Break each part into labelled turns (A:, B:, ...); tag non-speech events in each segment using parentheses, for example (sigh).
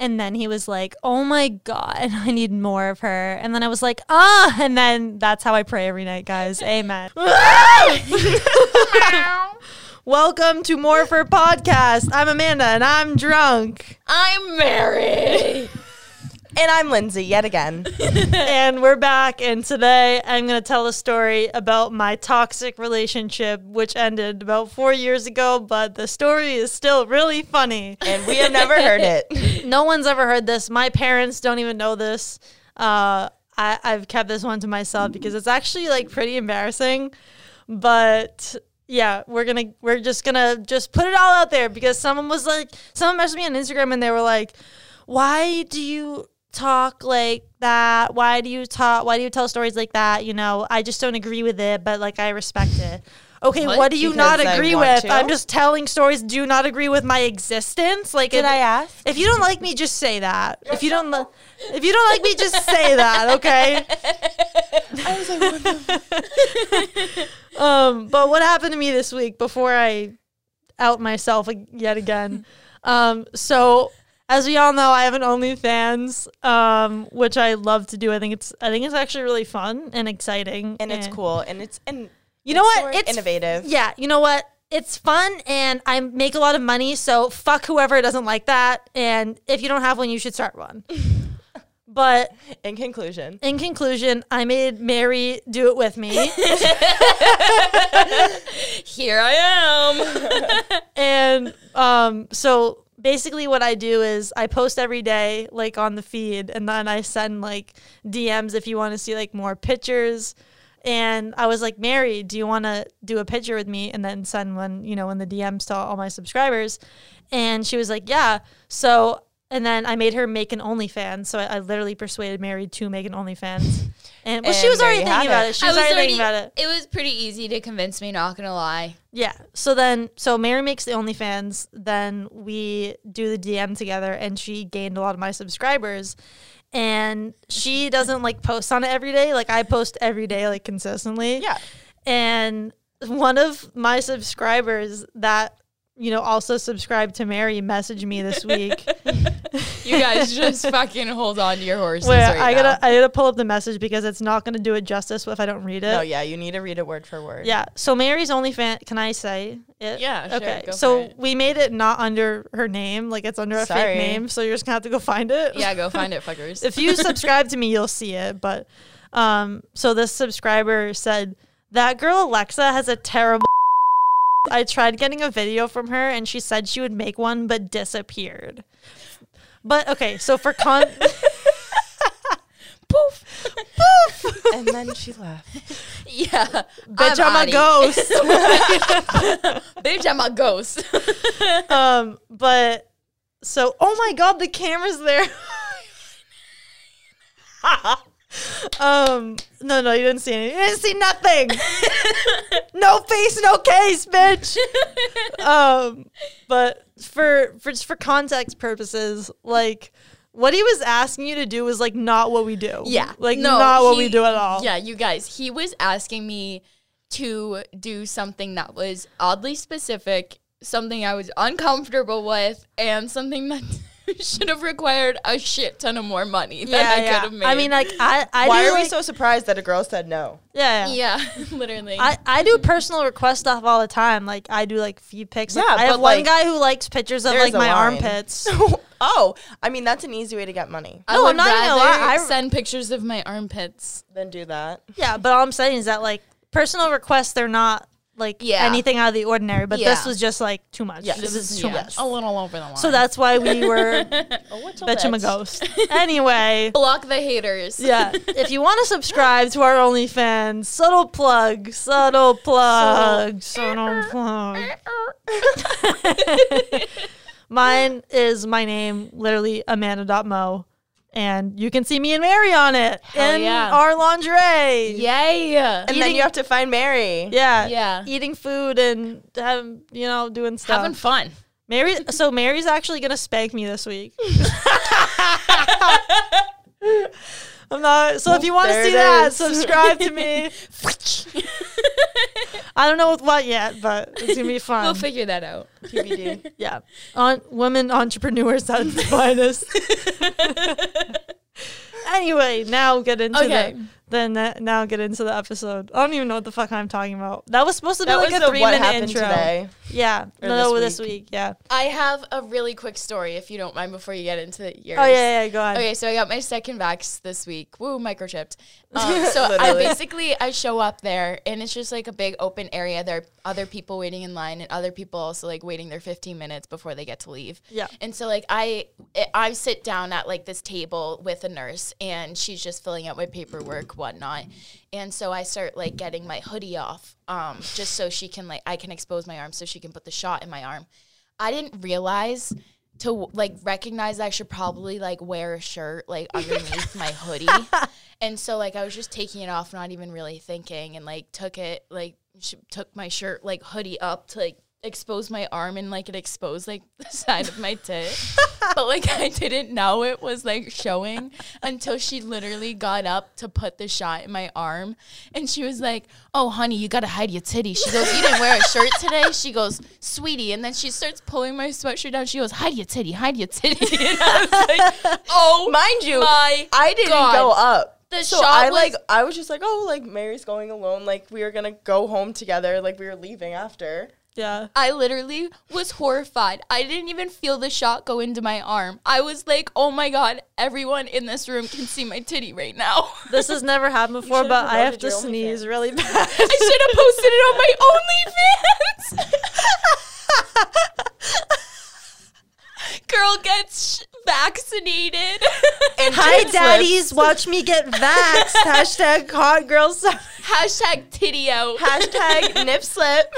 A: And then he was like, "Oh my god, (laughs) I need more of her." And then I was like, "Ah!" And then that's how I pray every night, guys. Amen. (laughs) Welcome to More of Her podcast. I'm Amanda and I'm drunk.
B: I'm married.
C: (laughs) And I'm Lindsay yet again.
A: and we're back. And today I'm going to tell a story about my toxic relationship, which ended about four years ago, but the story is still really funny.
C: And we have never heard
A: (laughs)
C: it.
A: no one's ever heard this. My parents don't even know this. Uh, I, I've kept this one to myself because it's actually like pretty embarrassing. But yeah, we're gonna we're just gonna just put it all out there because someone was like someone messaged me on Instagram and they were like, Why do you talk like that? Why do you talk why do you tell stories like that? You know, I just don't agree with it, but like I respect it. Okay, what,
C: What?
A: do you not
C: Because I
A: agree
C: want
A: with?
C: to?
A: I'm just telling stories. Do you not agree with my existence? Like,
C: Did
A: if-
C: I ask?
A: if you don't like me, just say that. If you don't, li- if you don't like me, just
C: (laughs)
A: say that. Okay.
C: I was like, what the
A: (laughs) Um, but what happened to me this week before I out myself ag- yet
C: (laughs)
A: again? Um, so as we all know, I have an OnlyFans, um, which I love to do. I think it's, I think it's actually really fun and exciting,
C: and it's cool and it's and
A: You know what?
C: sort
A: It's
C: innovative.
A: Yeah, you know what? It's fun and I make a lot of money, so fuck whoever doesn't like that. And if you don't have one, you should start one. but
C: In conclusion,
A: in conclusion, I made Mary do it with me.
B: Here (laughs) I am.
A: and um, so basically, what I do is I post every day, like on the feed, and then I send like DMs if you want to see like more pictures. And I was like, Mary, do you want to do a picture with me and then send one, you know, in the DMs to all my subscribers? And she was like, Yeah. So, and then I made her make an OnlyFans. So I, I literally persuaded Mary to make an OnlyFans. And, well, she
C: And
A: was
C: there
A: already
C: you
A: thinking
C: have
A: about
C: it.
A: it. She was, already thinking about it.
B: It was pretty easy to convince me. Not gonna lie.
A: Yeah. So then, so Mary makes the OnlyFans. Then we do the DM together, and she gained a lot of my subscribers. And she doesn't like post on it every day. Like I post every day, like consistently.
C: yeah,
A: And one of my subscribers that you know also subscribed to Mary messaged me this week. (laughs)
B: You guys just fucking hold on to your horses.
A: Wait,
B: right
A: I
B: now.
A: gotta I gotta pull up the message because it's not gonna do it justice if I don't read it.
C: no, yeah, you need to read it word for word.
A: Yeah. So Mary's OnlyFans. Can I say it?
B: Yeah, sure,
A: Okay.
B: go for
A: so
B: it.
A: we made it not under her name. Like it's under a
C: Sorry.
A: fake name. So you're just gonna have to go find it.
B: Yeah, go find it,
A: (laughs)
B: fuckers.
A: if you subscribe to me, you'll see it. But um, so this subscriber said that girl Alexa has a terrible. (laughs) I tried getting a video from her, and she said she would make one, but disappeared. But okay, so for
B: (laughs)
A: con.
B: poof.
C: and then
A: (laughs)
C: she left.
B: Yeah,
A: Bitch, I'm, a
B: Adi.
A: ghost.
B: (laughs) Bitch, I'm a ghost.
A: (laughs) um, but so, oh my god, the camera's there. (laughs) um, no, no, you didn't see anything. You didn't see nothing. no face, no case, bitch. um, but for for just for context purposes, like. What he was asking you to do was like not what we do.
B: yeah,
A: Like not what we
B: he-
A: do at all.
B: Yeah, you guys. He was asking me to do something that was oddly specific, something I was uncomfortable with, and something that (laughs) should have required a shit ton of more money (laughs) than I could have made.
A: I mean, like I, I
C: Why
A: do,
C: are we
A: like-
C: so surprised that a girl
A: (laughs)
C: said no? (laughs)
A: yeah, yeah.
B: (laughs) yeah, literally.
A: I, I do personal request stuff all the time. Like I do like feed pics. Like,
C: Yeah,
A: I have
C: but,
A: one
C: like,
A: guy who likes pictures of
C: there's
A: like
C: a
A: my
C: line. (laughs)
A: armpits.
C: oh, I mean that's an easy way to get money.
B: I
A: No,
B: would
A: I'm not even gonna
B: rather
A: lie, I-
B: send pictures of my armpits.
C: Then do that.
A: yeah, but all I'm saying is that like personal requests, they're not like
B: Yeah.
A: anything out of the ordinary. But this
B: Yeah.
A: was just like too much.
C: Yeah.
A: This, is too much.
B: A little over the line.
A: So that's why we
C: (laughs)
A: were
C: Oh, what's all
A: bitch I'm a ghost.
C: (laughs)
A: Anyway.
B: block the haters.
A: Yeah, if you want to subscribe to our OnlyFans, subtle plug, subtle
B: (laughs)
A: plug, subtle plug. Mine is my name, literally Amanda.mo. And you can see me and Mary on it.
B: Hell
A: in
B: yeah.
A: our lingerie.
B: (laughs) Yay.
C: And then you have to find Mary.
A: Yeah.
B: (laughs) Yeah.
A: Eating food and having, you know, doing stuff.
B: Having fun.
A: Mary so Mary's actually gonna spank me this
C: (laughs)
A: week. I'm not so if you want to
C: There
A: see
C: it
A: that,
C: is. (laughs)
A: subscribe to me. I don't know with what yet, but it's gonna be fun.
B: (laughs) We'll figure that out.
A: (laughs)
C: TBD.
A: yeah, on women entrepreneurs at
C: (laughs)
A: the finest. anyway, now get into
B: Okay.
A: the then that- now get into the episode. I don't even know what the fuck I'm talking about. That was supposed to be
C: That
A: like
C: was
A: a
C: the
A: three
C: what
A: minute
C: happened
A: intro.
C: today.
A: Yeah,
C: Or
A: no,
C: this
A: this
C: week.
A: week. Yeah.
B: (laughs) I have a really quick story, if you don't mind, before you get into yours.
A: Oh yeah, yeah, yeah, Go ahead.
B: Okay, so I got my second vax this week. Woo,
A: (laughs)
B: microchipped. Um, so I
C: Literally.
B: basically I show up there, and it's just like a big open area. There are other people waiting in line, and other people also like waiting their 15 minutes before they get to leave.
A: Yeah.
B: And so like I I- I sit down at like this table with a nurse, and she's just filling out my paperwork, whatnot. And so I start like getting my hoodie off, um, just so she can like I can expose my arm, so she can put the shot in my arm. I didn't realize to like recognize I should probably like wear a shirt like underneath my hoodie. And so like I was just taking it off, not even really thinking, and like took it like sh- took my shirt like hoodie up to like expose my arm and like it exposed like (laughs) the side of my
C: (laughs)
B: tit. but like I didn't know it was like showing until she literally got up to put the shot in my arm and she was like, "Oh honey, you got to hide your titty." She goes, "You didn't wear a shirt today." She goes, "Sweetie." And then she starts pulling my sweatshirt down. She goes, "Hide your titty. Hide your titty." (laughs) And I was
C: (laughs)
B: like, "Oh
C: Mind you,
B: my
C: I didn't
B: God.
C: go up.
B: The
C: so
B: shot
C: I
B: was-
C: like I was just like, oh, like Mary's going alone. Like we were gonna go home together. Like we were leaving after.
A: Yeah.
B: I literally was horrified. I didn't even feel the shot go into my arm. I was like, oh my God, everyone in this room can see my titty right now. (laughs)
A: This has never
C: (laughs)
A: happened before,
C: should've
A: but I have
C: promoted
A: to
C: your OnlyFans.
A: sneeze
C: (laughs)
A: really bad.
B: I should have posted it on my OnlyFans. Girl gets sh- vaccinated. (laughs)
C: And
A: Hi,
C: tits
A: daddies.
C: lips.
A: Watch me get vaxxed. Hashtag hot girl summer.
B: Hashtag titty
C: (laughs)
B: out. (laughs)
C: Hashtag nip slip.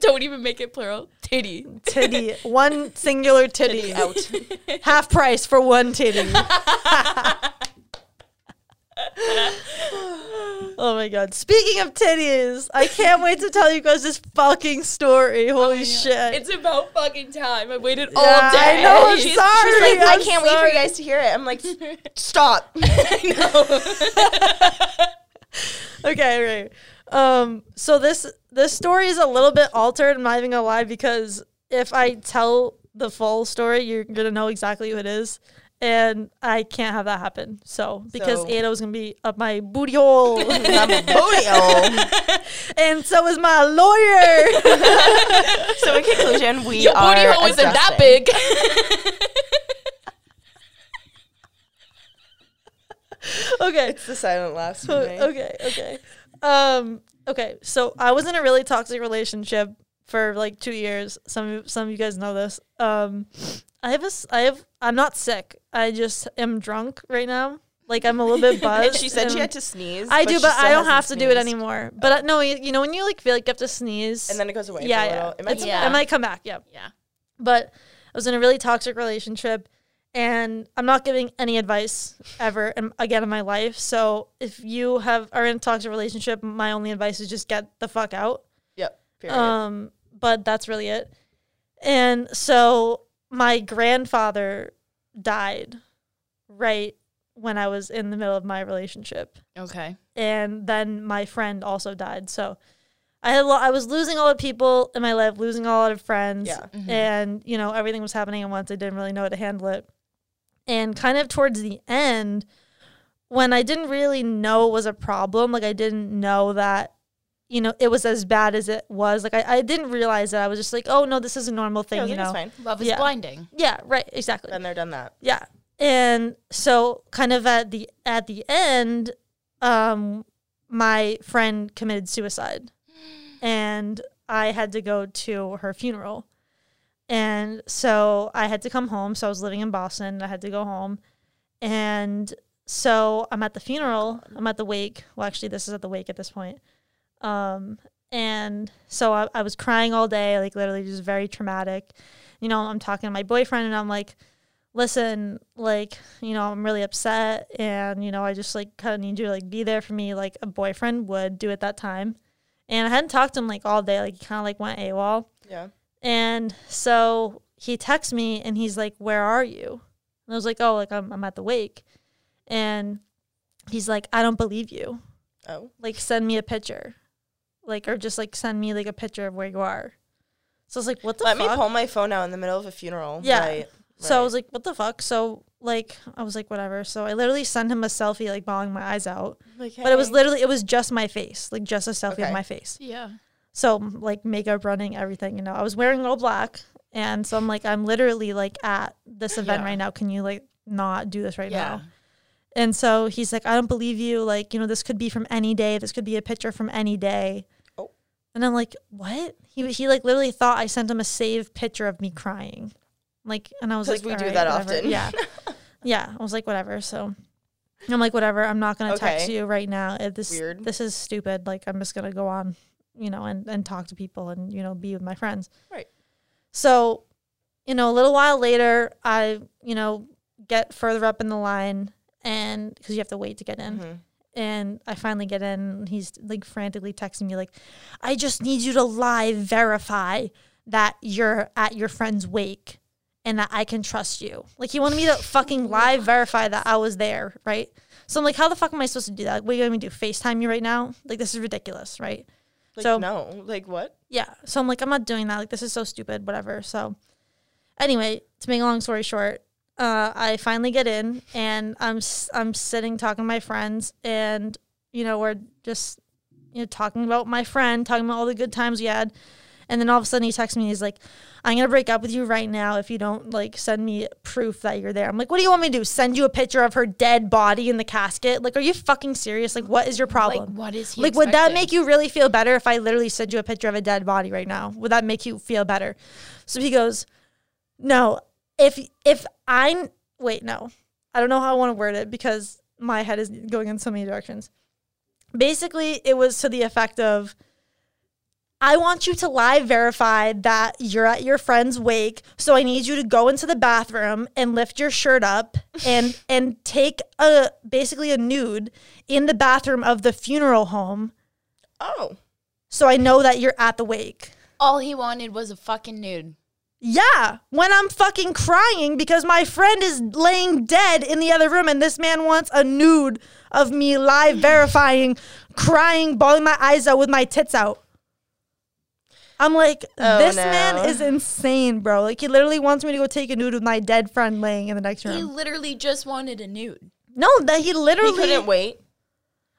B: Don't even make it plural. Titty.
A: Titty. One singular titty.
C: Titty
B: (laughs)
C: out.
A: (laughs) Half price for one titty. oh my god. Speaking of titties, I can't wait to tell you guys this fucking story. Holy shit.
B: It's about fucking time. I waited
A: Yeah,
B: all day.
A: I know. I'm
B: It's-
A: sorry.
C: Like, I
A: I'm
C: can't wait for
A: sorry.
C: you guys to hear it. I'm like, (laughs) stop.
A: okay, right. Um, so this this story is a little bit altered. I'm not even gonna lie because if I tell the full story, you're gonna know exactly who it is, and I can't have that happen. So because
C: So-
A: Ado's gonna be up my booty hole,
C: I'm a booty hole.
A: and so is my lawyer. (laughs)
C: (laughs) So in conclusion, we
B: Your
C: are.
B: booty hole isn't that
C: adjusting.
B: big. (laughs)
A: okay,
C: It's the silent (laughs) last
A: okay, okay, okay. Um, okay. So I was in a really toxic relationship for like two years. Some of, some of you guys know this. Um, I have a s- I have I'm not sick. I just am drunk right now. Like I'm a little bit buzzed.
C: (laughs) And she said she
A: and-
C: had to sneeze.
A: I do,
C: she
A: but
C: still
A: I don't
C: hasn't
A: have to do it
C: sneezed.
A: anymore. But uh, no, you, you know when you like feel like you have to sneeze,
C: And then it goes away.
A: yeah,
C: for a
A: yeah.
C: little. It might
A: It's-
B: be
A: it
B: back.
A: might come back. Yeah,
B: Yeah.
A: but I was in a really toxic relationship and I'm not giving any advice ever in- again in my life. So if you have are in a toxic relationship, my only advice is just get the fuck out.
C: Yep. Period.
A: Um, but that's really it. And so my grandfather died right when I was in the middle of my relationship
B: Okay.
A: and then my friend also died. So I had a lot, I was losing a lot of people in my life, losing a lot of friends,
C: Yeah. Mm-hmm.
A: and you know everything was happening at once. I didn't really know how to handle it, and kind of towards the end, when I didn't really know it was a problem, like I didn't know that. You know, it was as bad as it was. Like I, I didn't realize that. I was just like, oh no, this is a normal thing.
C: Yeah, I
A: you
C: think
A: know,
C: it's fine.
B: Love is
A: Yeah.
B: blinding.
A: yeah, right, exactly.
C: Been there, done that.
A: Yeah. And so kind of at the at the end, um, my friend committed suicide and I had to go to her funeral. And so I had to come home. So I was living in Boston. I had to go home. And so I'm at the funeral. I'm at the wake. Well, actually, this is at the wake at this point. Um, and so I, I was crying all day, like literally just very traumatic. You know, I'm talking to my boyfriend and I'm like, listen, like, you know, I'm really upset. And, you know, I just like kind of need you to like be there for me, like a boyfriend would do at that time. And I hadn't talked to him like all day. Like, he kind of like went AWOL.
C: Yeah.
A: And so he texts me and he's like, Where are you? And I was like, Oh, like I'm, I'm at the wake. And he's like, I don't believe you.
C: Oh.
A: Like, send me a picture. like or just like send me like a picture of where you are. So I was like, what the
C: Let
A: fuck?
C: me pull my phone out in the middle of a funeral.
A: Yeah.
C: Right.
A: So I
C: right.
A: was like, what the fuck? So like I was like, whatever. So I literally sent him a selfie, like bawling my eyes out.
C: Like,
A: But it was
C: hey.
A: literally it was just my face, like just a selfie of
C: Okay.
A: my face.
B: Yeah.
A: So like makeup running, everything, you know. I was wearing all black and so I'm like, I'm literally like at this event
B: Yeah.
A: right now. Can you like not do this right
B: Yeah.
A: now? And so he's like, I don't believe you. Like, you know, this could be from any day. This could be a picture from any day.
C: Oh.
A: And I'm like, what? He he like literally thought I sent him a saved picture of me crying. Like, and I was like,
C: 'Cause we
A: "All
C: do
A: right,
C: that
A: whatever."
C: often. (laughs)
A: Yeah. yeah. I was like, whatever. So I'm like, whatever. I'm not gonna text
C: Okay.
A: you right now. Uh, This
C: Weird.
A: this is stupid. Like, I'm just gonna go on, you know, and and talk to people and you know, be with my friends.
C: Right.
A: So, you know, a little while later, I you know get further up in the line and because you have to wait to get in
C: Mhm.
A: and i finally get in and he's like frantically texting me like i just need you to live verify that you're at your friend's wake and that i can trust you like he wanted me to fucking live verify that i was there right so i'm like how the fuck am i supposed to do that like, what are you going to do facetime you right now like this is ridiculous right
C: Like,
A: So-
C: no. Like, what?
A: yeah. So I'm like, I'm not doing that. Like, this is so stupid, whatever. So, anyway, to make a long story short, uh, I finally get in and I'm s- I'm sitting talking to my friends, and you know we're just you know talking about my friend, talking about all the good times we had, and then all of a sudden he texts me. He's like, I'm gonna break up with you right now if you don't like send me proof that you're there. I'm like, what do you want me to do? Send you a picture of her dead body in the casket? Like, are you fucking serious? Like, what is your problem?
B: Like, what is he?
A: Like, would that
B: expecting?
A: make you really feel better if I literally sent you a picture of a dead body right now? Would that make you feel better? So he goes, No, if if I'm wait, no. I don't know how I want to word it because my head is going in so many directions. Basically, it was to the effect of I want you to live verify that you're at your friend's wake, so I need you to go into the bathroom and lift your shirt up and and take a basically a nude in the bathroom of the funeral home
C: Oh.
A: so I know that you're at the wake.
B: All he wanted was a fucking nude.
A: Yeah, when I'm fucking crying because my friend is laying dead in the other room and this man wants a nude of me live verifying, crying, bawling my eyes out with my tits out. I'm like,
C: Oh,
A: this
C: no.
A: man is insane, bro. Like, he literally wants me to go take a nude with my dead friend laying in the next
B: He
A: room.
B: literally just wanted a nude.
A: no, that he
C: He
A: literally.
C: couldn't wait.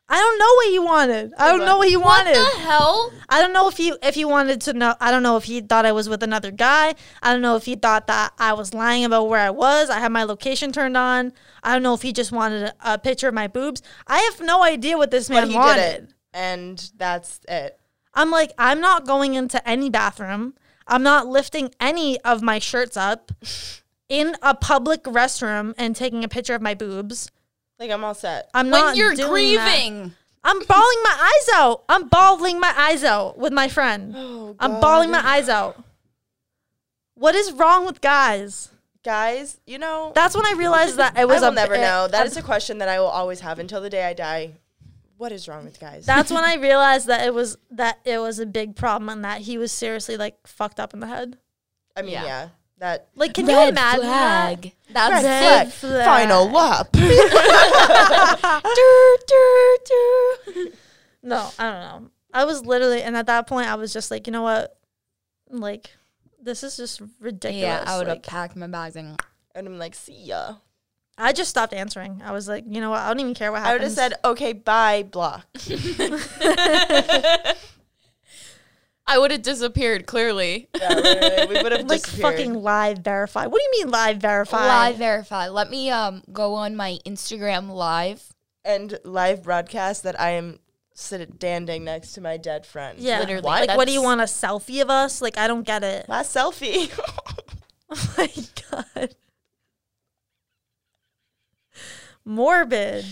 A: I don't know what he wanted. I don't know what he
B: What
A: wanted.
B: the hell?
A: I don't know if he if he wanted to know. I don't know if he thought I was with another guy. I don't know if he thought that I was lying about where I was. I had my location turned on. I don't know if he just wanted a, a picture of my boobs. I have no idea what this
C: But
A: man
C: he
A: wanted.
C: did it. And that's it.
A: I'm like, I'm not going into any bathroom. I'm not lifting any of my shirts up in a public restroom and taking a picture of my boobs.
C: Like, I'm all set.
A: I'm
B: When
A: not
B: you're
A: doing that.
B: grieving.
A: I'm bawling my eyes out. I'm bawling my eyes out with my friend.
C: Oh,
A: I'm bawling my eyes out. What is wrong with guys?
C: Guys, you know,
A: That's when I realized that it
C: I
A: was
C: will
A: a
C: never
A: it-
C: know. That
A: a-
C: is a question that I will always have until the day I die. What is wrong with guys?
A: that's when I realized that it was that it was a big problem and that he was seriously like fucked up in the head.
C: I mean,
B: Yeah.
C: yeah. That
A: Like, can you imagine? that?
B: That's
A: Red
B: it.
A: flag.
C: final lap.
A: (laughs) No, I don't know. I was literally, and at that point, I was just like, you know what? Like, this is just ridiculous.
B: Yeah, I would have
A: Like,
B: packed my bags and
C: (laughs) and I'm like, see ya.
A: I just stopped answering. I was like, you know what? I don't even care what
C: I
A: happens.
C: would have said, okay, bye,
A: (laughs)
C: block.
B: I would have disappeared. Clearly,
C: Yeah, literally, we would have
A: like
C: disappeared.
A: fucking live verify. What do you mean live verify?
B: live verify. Let me um go on my Instagram live.
C: and live broadcast that I am standing next to my dead friend.
A: Yeah.
B: Literally,
A: Like, what do you
B: that's-
A: want a selfie of us? Like, I don't get it. (laughs)
C: Last selfie.
A: Oh my god. Morbid.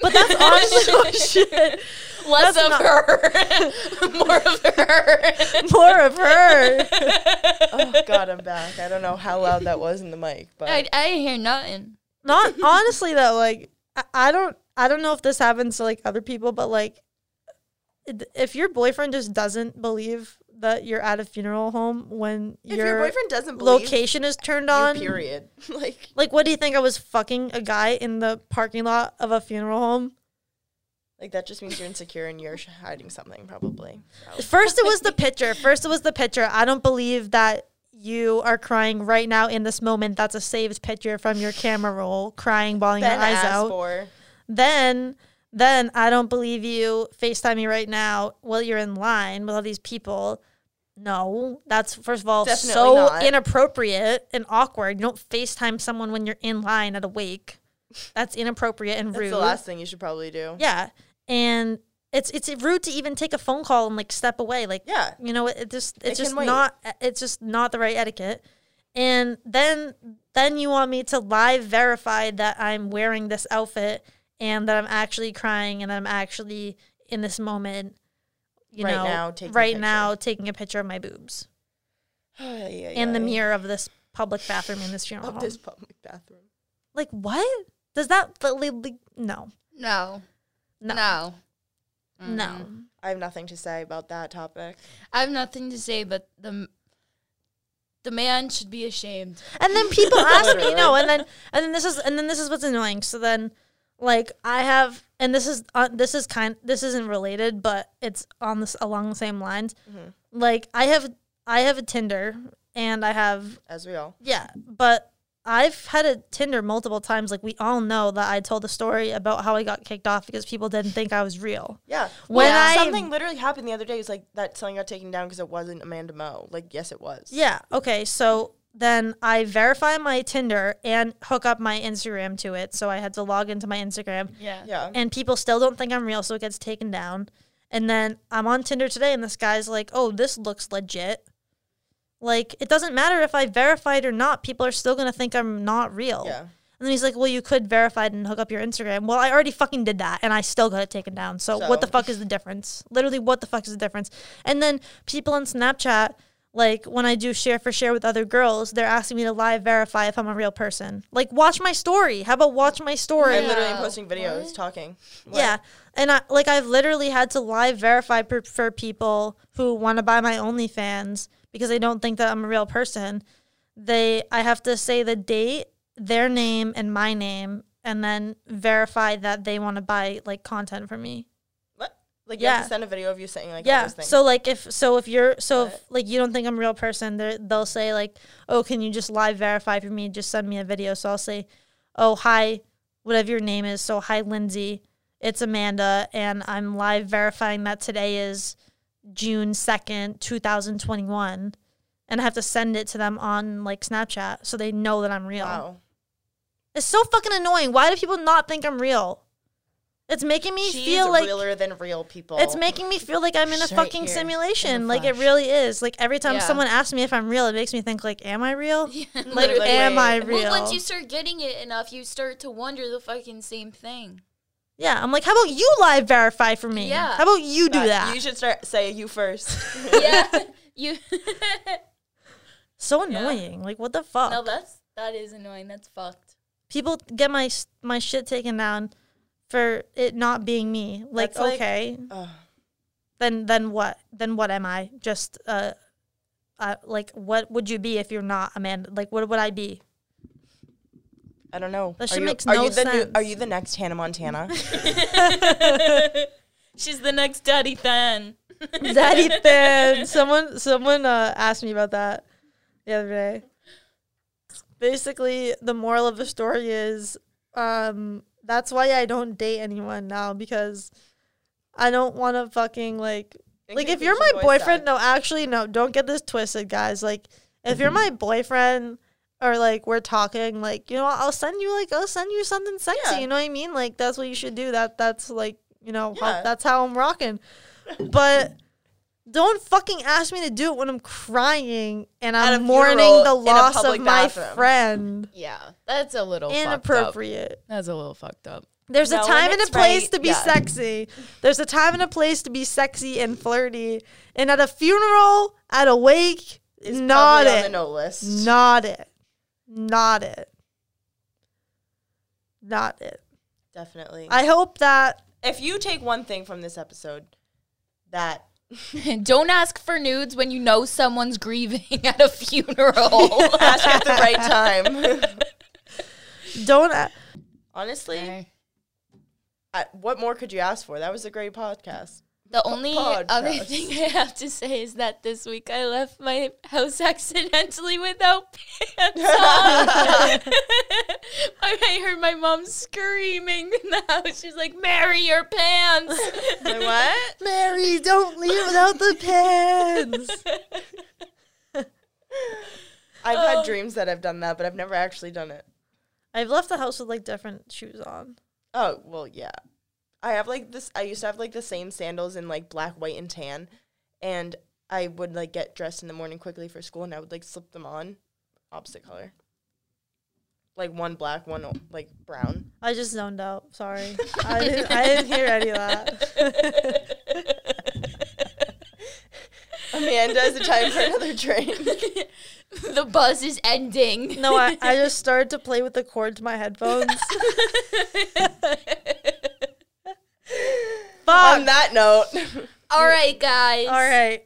A: But
C: (laughs)
A: that's honestly oh shit.
B: Less
A: That's
B: of
A: not-
B: her, (laughs) more of her.
A: More of her.
C: (laughs) oh God, I'm back. I don't know how loud that was in the mic, but
B: I, I didn't hear nothing.
C: (laughs)
A: Not honestly though, like I, I don't I don't know if this happens to like other people, but like it- if your boyfriend just doesn't believe that you're at a funeral home when
C: if
A: your,
C: your boyfriend doesn't believe
A: location is turned
C: you,
A: on,
C: period, (laughs) like
A: like what do you think I was fucking a guy in the parking lot of a funeral home?
C: Like that just means you're insecure and you're sh- hiding something probably. So.
A: First, it was the picture. First, it was the picture. I don't believe that you are crying right now in this moment. That's a saved picture from your camera roll, crying, bawling your
C: Then
A: eyes
C: ask
A: out.
C: for
A: Then, then I don't believe you. Facetime me right now while you're in line with all these people. No, that's first of all
C: Definitely
A: so
C: not.
A: inappropriate and awkward. You don't Facetime someone when you're in line at a wake. That's inappropriate and
C: that's
A: rude.
C: the last thing you should probably do.
A: Yeah, and it's it's rude to even take a phone call and like step away. Like
C: Yeah.
A: you know, it, it just it's
C: It
A: just
C: can wait.
A: not e, it's just not the right etiquette. And then then you want me to live verify that I'm wearing this outfit and that I'm actually crying and that I'm actually in this moment. You
C: Right
A: know,
C: now, taking a
A: right
C: picture.
A: now taking a picture of my boobs (sighs)
C: (sighs) yeah,
A: in the mirror of this public bathroom in this funeral
C: of
A: home.
C: this public bathroom.
A: like what does that? But li- li- no,
B: No.
A: No.
B: No.
C: Mm-hmm.
A: no.
C: I have nothing to say about that topic.
B: I have nothing to say, but the m- the man should be ashamed.
A: And then people ask me, no,
C: Literally.
A: and then and then this is and then this is what's annoying. So then, like I have, and this is uh, this is kind this isn't related, but it's on this along the same lines. Like I have I have a Tinder, and I have
C: As we all.
A: yeah, but I've had a Tinder multiple times. Like we all know that I told the story about how I got kicked off because people didn't think I was real.
C: Yeah.
A: When
C: Well,
A: I-
C: something literally happened the other day, it was like that something got taken down because it wasn't Amanda Moe. Like yes, it was.
A: Yeah. Okay. So then I verify my Tinder and hook up my Instagram to it. So I had to log into my Instagram.
B: Yeah.
C: Yeah.
A: and people still don't think I'm real, so it gets taken down. And then I'm on Tinder today, and this guy's like, "Oh, this looks legit." Like it doesn't matter if I verified or not; people are still gonna think I'm not real.
C: Yeah.
A: And then he's like, "Well, you could verify it and hook up your Instagram." Well, I already fucking did that, and I still got it taken down. So, what the
C: So-
A: fuck
C: (laughs)
A: is the difference? Literally, what the fuck is the difference? And then people on Snapchat, like when I do share for share with other girls, they're asking me to live verify if I'm a real person. Like, watch my story. How about watch my story?
C: I literally am
B: Wow.
C: posting videos talking. What?
A: Yeah. And I like I've literally had to live verify per, for people who want to buy my OnlyFans because they don't think that I'm a real person. They I have to say the date, their name, and my name, and then verify that they want to buy like content from me.
C: What? Like you have
A: Yeah.
C: to send a video of you saying like all
A: yeah.
C: those things.
A: So like if so if you're so if,
C: But-
A: like you don't think I'm a real person, they're- they'll say like, oh, can you just live verify for me? Just send me a video. So I'll say, oh hi, whatever your name is. So hi Lindsay, it's Amanda, and I'm live verifying that today is June second, two thousand twenty one. And I have to send it to them on like Snapchat so they know that I'm real.
C: wow.
A: It's so fucking annoying. Why do people not think I'm real? It's making me
C: She's
A: feel like
C: realer than real people.
A: it's making me feel like I'm in a
C: Straight
A: fucking
C: here, in
A: simulation.
C: the
A: Like it
C: flesh.
A: really is. Like every time
B: Yeah.
A: someone asks me if I'm real, it makes me think like, am I real?
C: (laughs)
A: Like,
B: Literally.
A: am I real?
B: Well, once you start getting it enough, you start to wonder the fucking same thing.
A: yeah, I'm like, how about you live verify for me?
B: Yeah.
A: How about you do
C: But
A: that?
C: You should start say you
A: (laughs)
C: first.
B: (laughs) yeah. (laughs) You.
A: so annoying. Like what the fuck?
B: no, that's that is annoying. That's fucked.
A: People get my s- my shit taken down for it not being me. Like
C: That's like- uh.
A: okay,
C: Ugh.
A: then then what? Then what am I? Just uh, uh, like what would you be if you're not Amanda? Like what would I be?
C: I don't know.
A: That
C: are
A: shit
C: you,
A: makes
C: are
A: no
C: you the
A: sense.
C: New, are you the next Hannah
A: (laughs)
C: Montana?
B: She's the next daddy fan.
A: (laughs) Daddy
B: (laughs)
A: thin. Someone someone uh, asked me about that the other day. Basically, the moral of the story is um, that's why I don't date anyone now because I don't want to fucking like
C: In
A: like if you're
C: conclusion,
A: my
C: boys
A: boyfriend.
C: suck.
A: No, actually, no. Don't get this twisted, guys. Like if
B: Mm-hmm.
A: you're my boyfriend or like we're talking, like you know, I'll send you like I'll send you something sexy.
C: Yeah.
A: You know what I mean? Like that's what you should do. That that's like you know how-
C: Yeah.
A: that's how I'm rocking. But don't fucking ask me to do it when I'm crying and
C: At a
A: I'm mourning
C: funeral
A: the
C: in a
A: loss of
C: public
A: my
C: bathroom.
A: friend.
B: Yeah, that's a little Fucked up.
A: Inappropriate.
B: That's a little fucked up.
A: There's
C: No,
A: a
C: and
A: time and a
C: it's
A: place
C: right,
A: to be
C: yeah.
A: sexy. There's a time and a place to be sexy and flirty. And at a funeral, at a wake,
C: It's
A: not
C: probably on the
A: it.
C: no list.
A: Not it. Not it. Not it.
C: Definitely.
A: I hope that
C: if you take one thing from this episode,
A: (laughs)
C: that
B: (laughs) Don't ask for nudes when you know someone's grieving (laughs) at
A: (laughs)
B: a funeral.
C: (laughs) ask at
B: (laughs)
C: the right time.
A: don't. a-
C: Honestly, I, what more could you ask for? That was a great podcast.
B: The only other
C: podcast.
B: thing I have to say is that this week I left my house (laughs) accidentally without pants
A: (laughs)
B: on. I, I heard my mom screaming in the house. She's like, "Marry your pants."
A: (laughs)
B: (laughs)
C: Like, what?
A: Mary, don't leave without the
C: (laughs)
A: pants.
C: I've had
B: Oh.
C: dreams that I've done that, but I've never actually done it.
A: I've left the house with like different shoes on.
C: Oh, well, yeah. I have like this I used to have like the same sandals in like black, white and tan and I would like get dressed in the morning quickly for school and I would like slip them on opposite color. Like one black, one like brown.
A: I just zoned out. Sorry, I
C: (laughs)
A: didn't. I didn't hear any of that.
C: Amanda is the time for
A: (laughs)
C: another train.
B: the buzz is ending.
A: no, I, I just started to play with the cord to my
C: (laughs)
A: headphones.
C: On
A: Fuck.
C: that note,
B: (laughs) All right, guys.
A: All right,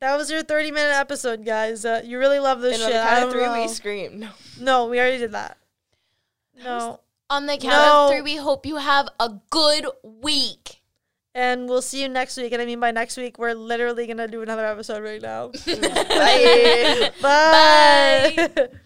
A: that was your thirty-minute episode, guys. Uh, you really love this
C: and on
A: shit.
C: the
A: I
C: count
A: don't
C: of three, we
A: know.
C: scream.
A: (laughs)
C: No.
A: No, we already did that. No,
B: On the count
A: No.
B: of three, we hope you have a good week.
A: and we'll see you next week. And I mean, by next week, we're literally gonna do another episode right now.
C: Bye.
A: (laughs) Bye.